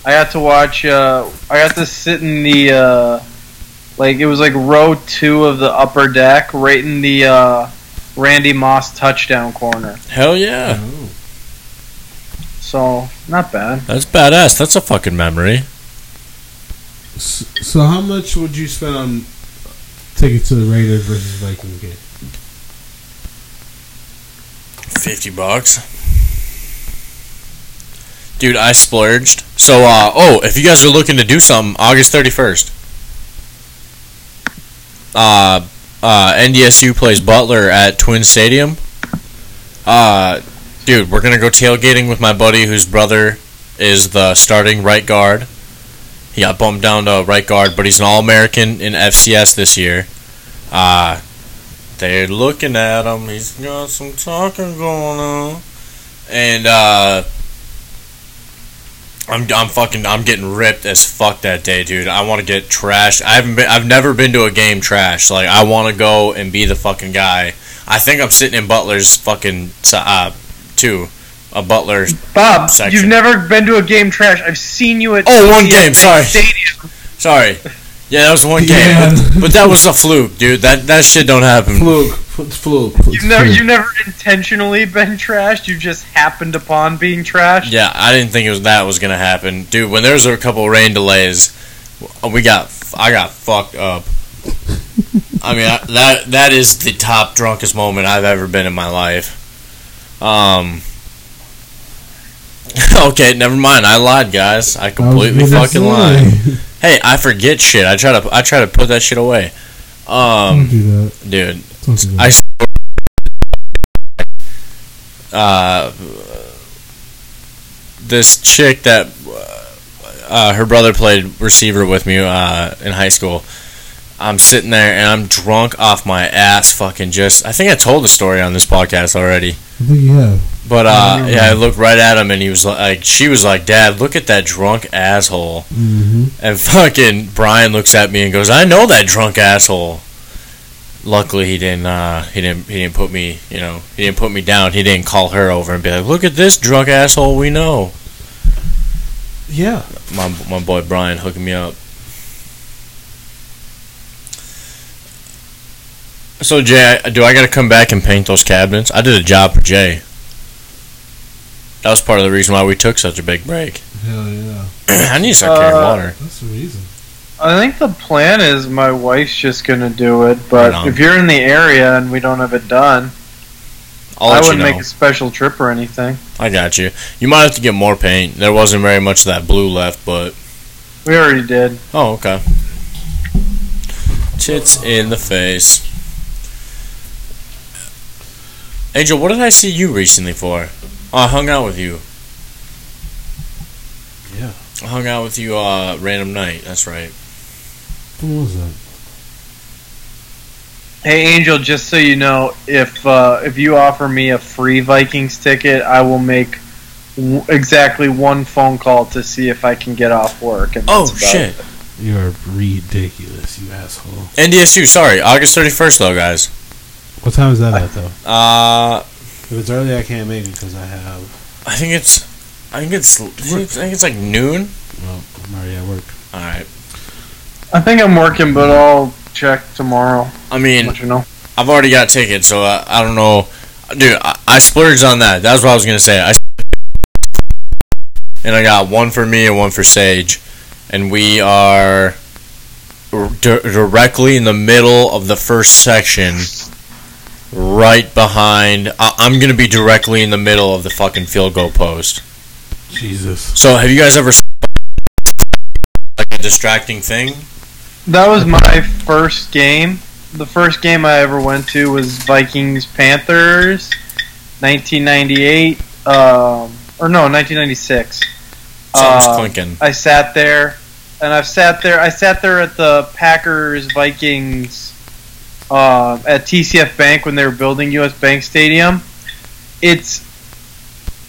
I got to watch. Uh, I got to sit in the uh, like it was like row two of the upper deck, right in the uh, Randy Moss touchdown corner.
Hell yeah,
So not bad.
that's badass. That's a fucking memory.
S- So, how much would you spend on tickets to the Raiders versus Viking game?
Fifty bucks. Dude, I splurged. So, uh, oh, if you guys are looking to do something, August 31st. Uh, uh, NDSU plays Butler at Twin Stadium. Uh, dude, we're going to go tailgating with my buddy whose brother is the starting right guard. He got bumped down to right guard, but he's an All American in FCS this year. Uh, they're looking at him. He's got some talking going on. And, uh,. I'm, I'm fucking I'm getting ripped as fuck that day, dude. I want to get trashed. I haven't been I've never been to a game trash. Like I want to go and be the fucking guy. I think I'm sitting in Butler's fucking uh too, a Butler
Bob,
Section.
you've never been to a game trash. I've seen you at
Oh, one
TCF
game, sorry.
Stadium.
Sorry. Yeah, that was one game,
Yeah.
but, but that was a fluke, dude. That that shit don't happen.
Fluke. It's fluke.
You've never, you've never intentionally been trashed. You just happened upon being trashed.
Yeah, I didn't think it was that was gonna happen, dude. When there was a couple rain delays, uh, we got I got fucked up. I mean, I, that that is the top drunkest moment I've ever been in my life. Um. Okay, never mind. I lied, guys. I
I was
completely
gonna say.
fucking lied. Hey, I forget shit. I try to I try to put that shit away.
Don't
Um,
do that.
dude,
Don't do that.
I s- uh, this chick that uh, her brother played receiver with me uh, in high school. I'm sitting there and I'm drunk off my ass, fucking just. I think I told the story on this podcast already.
I think you have.
But
I
uh,
remember.
yeah, I looked right at him, and he was like, "She was like, Dad, look at that drunk asshole."
Mm-hmm.
And fucking Brian looks at me and goes, "I know that drunk asshole." Luckily, he didn't. Uh, he didn't. He didn't put me. You know, he didn't put me down. He didn't call her over and be like, "Look at this drunk asshole we know."
Yeah.
My my boy Brian hooking me up. So Jay, I- do I got to come back and paint those cabinets? I did a job for Jay. That was part of the reason why we took such a big break.
Hell yeah.
I need to start carrying
Uh,
water.
That's the reason.
I think the plan is my wife's just gonna do it,
Right
but
on.
if you're in the area and we don't have it done,
I'll
I
let you
wouldn't
know.
make a special trip or anything.
I got you. You might have to get more paint. There wasn't very much of that blue left, but
We already did.
oh okay. Tits in the face. Angel, what did I see you recently for? Oh, I hung out with you.
Yeah.
I hung out with you uh random night. That's right.
What was that?
Hey Angel, just so you know, if uh, if you offer me a free Vikings ticket, I will make w- exactly one phone call to see if I can get off work. And
Oh
that's about
shit.
it.
You're ridiculous, you asshole.
NDSU, sorry. August 31st though, guys.
What time is that at though?
Uh
If it's early, I can't make it because I have.
I think it's I think it's I think it's like noon.
Well, I'm already at work.
All right.
I think I'm working, but I'll check tomorrow.
I mean,
Let you know.
I've already got tickets, so I, I don't know. Dude, I, I splurged on that. That's what I was gonna say. I and I got one for me and one for Sage, and we are di- directly in the middle of the first section, right behind. I, I'm gonna be directly in the middle of the fucking field goal post.
Jesus.
So, have you guys ever s- like a distracting thing?
That was my first game. The first game I ever went to was Vikings Panthers, 1998, um, or no, 1996.
Something's
Um,
clinking.
I sat there, and I've sat there. I sat there at the Packers Vikings uh, at TCF Bank when they were building US Bank Stadium. It's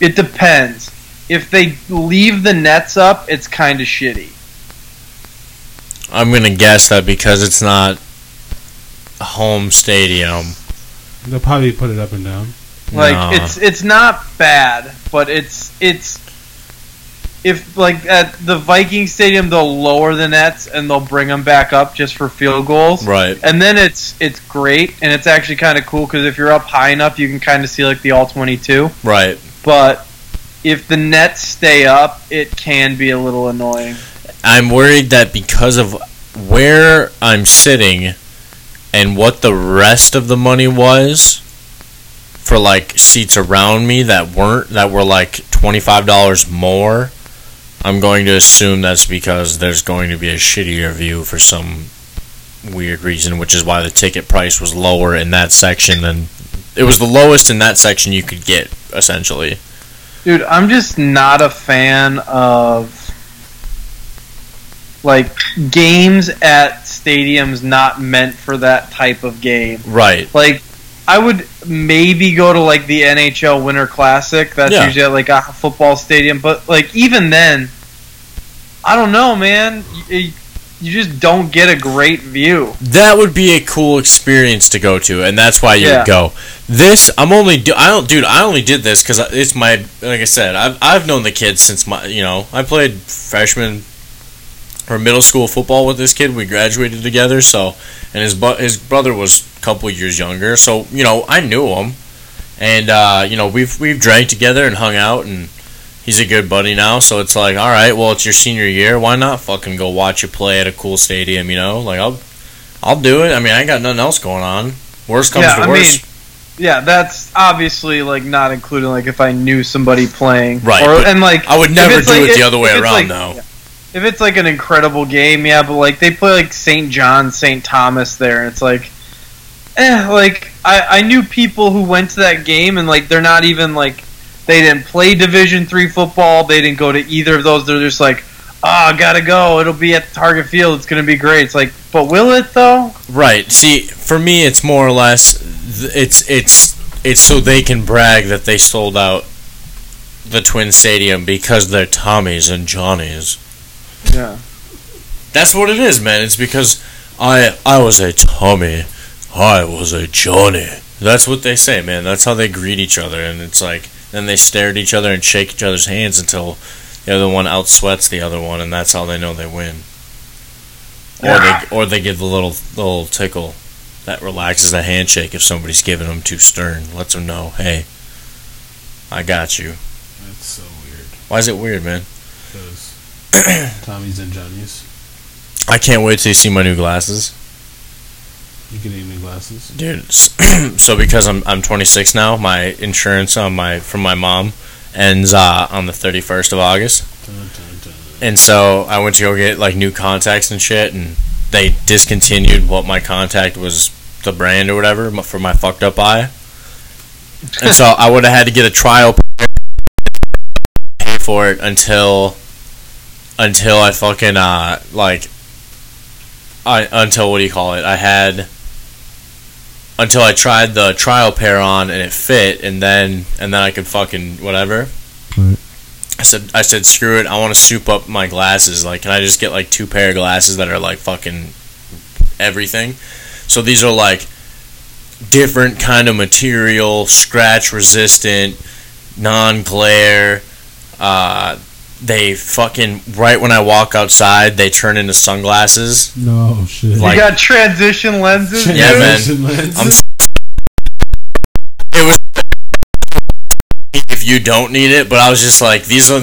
it depends. If they leave the nets up, it's kind of shitty.
I'm gonna guess that because it's not a home stadium.
They'll probably put it up and down.
Like
Nah.
it's it's not bad, but it's it's if like at the Viking Stadium they'll lower the nets and they'll bring them back up just for field goals.
right.
And then it's it's great, and it's actually kind of cool because if you're up high enough, you can kind of see like the all twenty two.
Right.
But if the nets stay up, it can be a little annoying.
I'm worried that because of where I'm sitting and what the rest of the money was for like seats around me that weren't that were like $25 more, I'm going to assume that's because there's going to be a shittier view for some weird reason, which is why the ticket price was lower in that section than it was the lowest in that section you could get essentially.
Dude, I'm just not a fan of like games at stadiums not meant for that type of game.
Right.
Like I would maybe go to like the NHL Winter Classic. That's
Yeah.
usually at like a football stadium, but like even then, I don't know, man. You, you just don't get a great view.
that would be a cool experience to go to, and that's why you
Yeah.
would go. This I'm only do I don't dude I only did this because it's my like I said I've I've known the kid since my you know I played freshman or middle school football with this kid we graduated together so and his bu- his brother was a couple years younger so you know I knew him and uh, you know we've we've drank together and hung out and he's a good buddy now so it's like all right well it's your senior year why not fucking go watch you play at a cool stadium you know like I'll I'll do it I mean I ain't got nothing else going on worst comes
Yeah,
to
I
worst.
mean, Yeah, that's obviously like not including like if I knew somebody playing,
Right,
Or,
but
and like
I would
if
never
it's,
do
like,
it the other way
if it's,
around,
like-
though.
If it's like an incredible game, yeah, but like they play like St. John, St. Thomas there, and it's like, eh, like I, I knew people who went to that game and like they're not even like they didn't play Division three football, they didn't go to either of those. They're just like, ah, gotta go. It'll be at Target Field. It's gonna be great. It's like, but will it though?
Right. See, for me, it's more or less th- it's it's it's so they can brag that they sold out the Twin Stadium because they're Tommies and Johnnies.
Yeah.
That's what it is, man. It's because I I was a Tommy, I was a Johnny. That's what they say, man. That's how they greet each other, and it's like then they stare at each other and shake each other's hands until the other one outsweats the other one, and that's how they know they win. Or they or they give the little the little tickle that relaxes the handshake if somebody's giving them too stern, lets them know, hey, I got you.
That's so weird.
Why is it weird, man?
Because Tommy's and Johnny's.
I can't wait till you see my new glasses.
You can name me glasses.
Dude, s- so because I'm I'm 26 now, my insurance on my from my mom ends uh, on the 31st of August,
Dun, dun, dun.
and so I went to go get like new contacts and shit, and they discontinued what my contact was the brand or whatever m- for my fucked up eye, and so I would have had to get a trial pair, pay for it until until I fucking uh like I until what do you call it? I had until I tried the trial pair on and it fit, and then and then I could fucking whatever.
Right.
I said I said screw it. I want to soup up my glasses. Like, can I just get like two pair of glasses that are like fucking everything? So these are like different kind of material, scratch resistant, non glare. Uh, they fucking right when I walk outside, they turn into sunglasses.
No shit.
Like-
you got transition lenses.
Yeah,
dude?
man. I'm s- it was if you don't need it, but I was just like, these are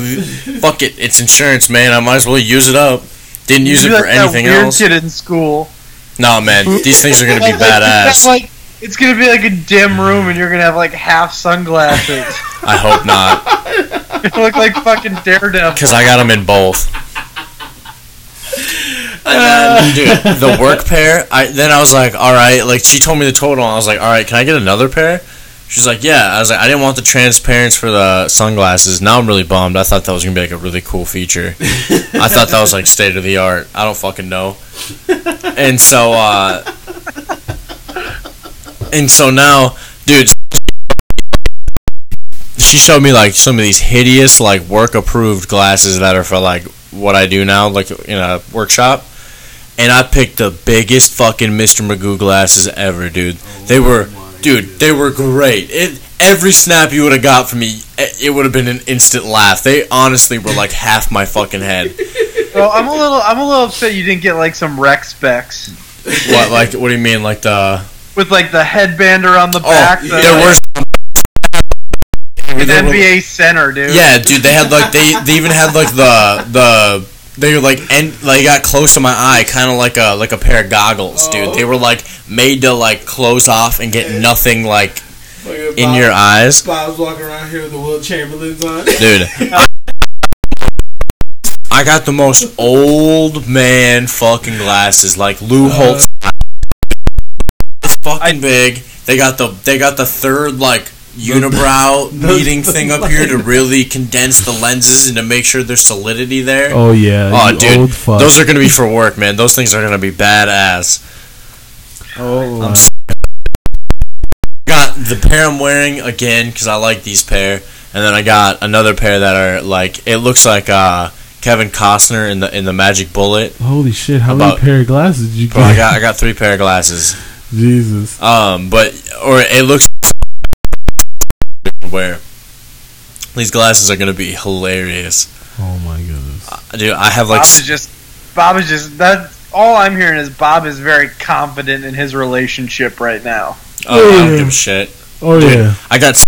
fuck it, it's insurance, man. I might as well use it up. Didn't use it
You're
for
like that
anything
weird
else.
Kid in school.
Nah, man, these things are gonna be
Like, like, it's not
badass.
like- it's gonna be like a dim room, and you're gonna have like half sunglasses.
I hope not,
you look like fucking Daredevil.
because I got them in both. And then, dude, the work pair. I then I was like, all right. Like she told me the total. and I was like, all right, can I get another pair? She's like, yeah. I was like, I didn't want the transparents for the sunglasses. Now I'm really bummed. I thought that was gonna be like a really cool feature. I thought that was like state of the art. I don't fucking know. And so, uh, and so now, dude, she showed me like some of these hideous, like work approved glasses that are for like what I do now, like in a workshop. And I picked the biggest fucking Mr. Magoo glasses ever, dude. they were, dude, they were great. It every snap you would have got from me, it, it would have been an instant laugh. They honestly were like half my fucking head.
Well, I'm a little, I'm a little upset you didn't get like some rec specs
What like what do you mean like the
with like the headband around the
Oh,
back. the,
there were
an
there were-
NBA center, dude.
Yeah, dude, they had like they they even had like the the they were like and like got close to my eye, kind of like a like a pair of goggles, dude.
Oh.
They were like made to like close off and get nothing like in your eyes,
Bob's walking around here with the Will Chamberlain's on.
dude. I got the most old man fucking glasses, like Lou
Uh-huh.
Holtz. fucking big. They got the they got the third like unibrow meeting thing up here to really condense the lenses and to make sure there's solidity there.
Oh yeah,
Oh,
you
dude,
old fuck.
Those are gonna be for work, man. Those things are gonna be badass.
oh,
I'm s- got the pair I'm wearing again because I like these pair, and then I got another pair that are like it looks like uh, Kevin Costner in the in the Magic Bullet.
holy shit! How
about-
many pair of glasses did you
Bro, I
get?
got I got three pair of glasses.
Jesus,
Um, but or it looks where these glasses are gonna be hilarious,
oh my goodness.
dude. I have like
Bob
s-
is just, Bob is just that. All I'm hearing is Bob is very confident in his relationship right now.
oh, I don't give a shit.
Oh
Dude.
yeah,
I got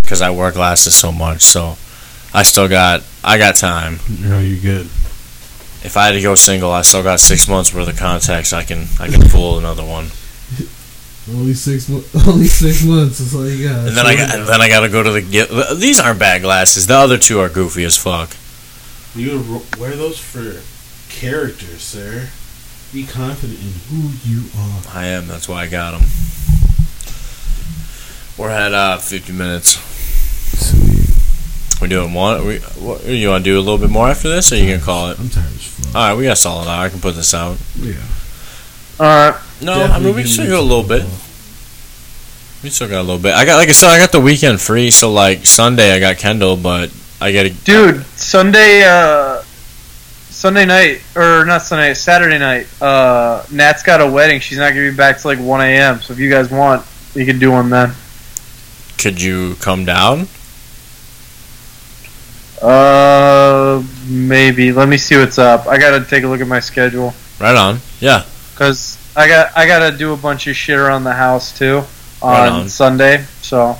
because I wear glasses so much, so I still got I got time.
no, you're good.
If I had to go single, I still got six months worth of contacts. I can I can pull another one,
only six mo- only six months is all you got.
and then I got then I got to go to the. These aren't bad glasses. The other two are goofy as fuck.
You gotta ro- wear those for character, sir. Be confident in who you are.
I am. That's why I got them. We're at uh, 50 minutes.
Sweet.
We doing one. We what, you want to do a little bit more after this, or you gonna call it?
I'm tired as fuck.
All right, we got a solid hour. I can put this out.
Yeah.
Alright.
No, I
Definitely
mean we
give
can still
me
go a
some
little bit.
football.
We still got a little bit. I got like I said, I got the weekend free, so like Sunday I got Kendall, but I gotta
Dude, Sunday uh Sunday night or not Sunday, Saturday night, uh Nat's got a wedding. She's not gonna be back till like one AM, so if you guys want, we can do one then.
could you come down?
Uh maybe. Let me see what's up. I gotta take a look at my schedule.
Right on. Yeah.
Cause I got I gotta do a bunch of shit around the house too
Right
on,
on.
Sunday. So
Well,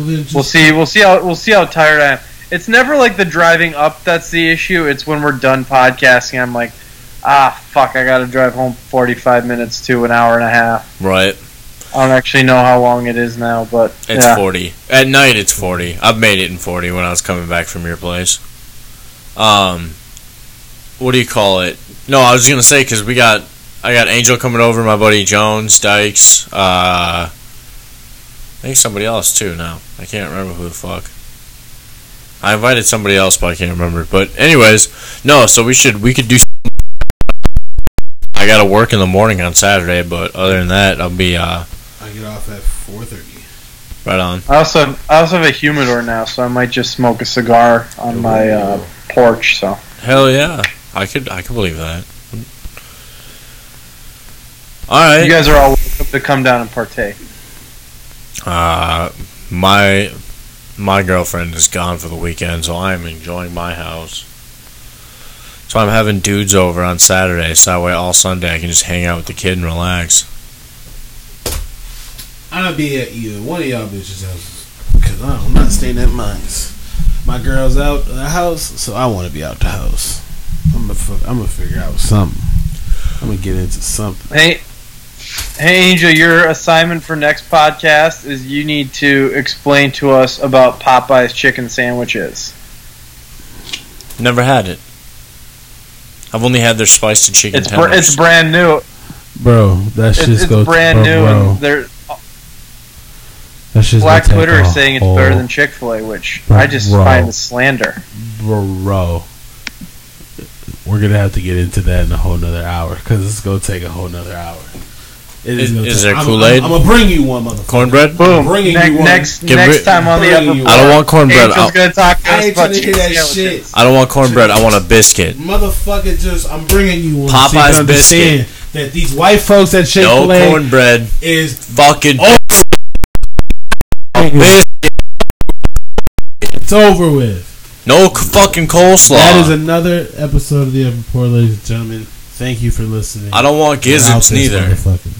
then just
we'll see. We'll see how we'll see how tired I am. It's never like the driving up that's the issue. It's when we're done podcasting. I'm like, ah, fuck, I gotta drive home 45 minutes to an hour and a half.
Right.
I don't actually know how long it is now, but
It's
yeah.
forty. At night it's forty. I've made it in forty when I was coming back from your place. Um what do you call it? No, I was gonna say because we got I got Angel coming over, my buddy Jones, Dykes, uh I think somebody else too now. I can't remember who the fuck. I invited somebody else but I can't remember. But anyways, no, so we should we could do I gotta work in the morning on Saturday, but other than that I'll be uh
I get off at 4:30.
right on.
I also have, I also have a humidor now, so I might just smoke a cigar on my uh, porch. So
Hell yeah, I could I could believe that. All right,
you guys are all welcome to come down and partake.
uh, my my girlfriend is gone for the weekend, so I am enjoying my house. So I'm having dudes over on Saturday, so that way all Sunday I can just hang out with the kid and relax.
I'll be at either one of y'all bitches' houses because I'm not staying at mine's. My girl's out of the house, so I want to be out the house. I'm gonna, fuck, I'm gonna figure out something. I'm gonna get into something.
Hey, hey, Angel, your assignment for next podcast is you need to explain to us about Popeye's chicken sandwiches.
Never had it. I've only had their spiced and chicken
It's br-
tenders.
it's brand new.
Bro, that
It's, it's brand new, and they're,
that shit's
Black Twitter is saying it's better than Chick Fil A, which I just
Bro.
find is slander.
Bro. We're gonna have to get into that in a whole nother hour because it's gonna take a whole nother hour. It
Is-
gonna
is
take-
there
I'm-
Kool-Aid?
I'm, I'm gonna bring you one, motherfucker.
cornbread.
Boom.
bringing
Ne-
you one.
next
Get
next
rid-
time on the
bringing
upper.
you
I don't want cornbread. I,
Angel's gonna talk to
I
us
ain't
about
trying to hear
chicken
that
sandwiches.
shit.
I don't want cornbread. I want a biscuit.
Motherfucker, just I'm bringing you one. so you
Popeye's
can understand that these white folks at Chick
No
Fil A
cornbread.
is
Fucking
Oh.
biscuit.
it's over with.
No c- fucking coleslaw.
That is another episode of the Everport, ladies and gentlemen. Thank you for listening.
I don't want
We're out
gizzards
this
neither.
motherfucker.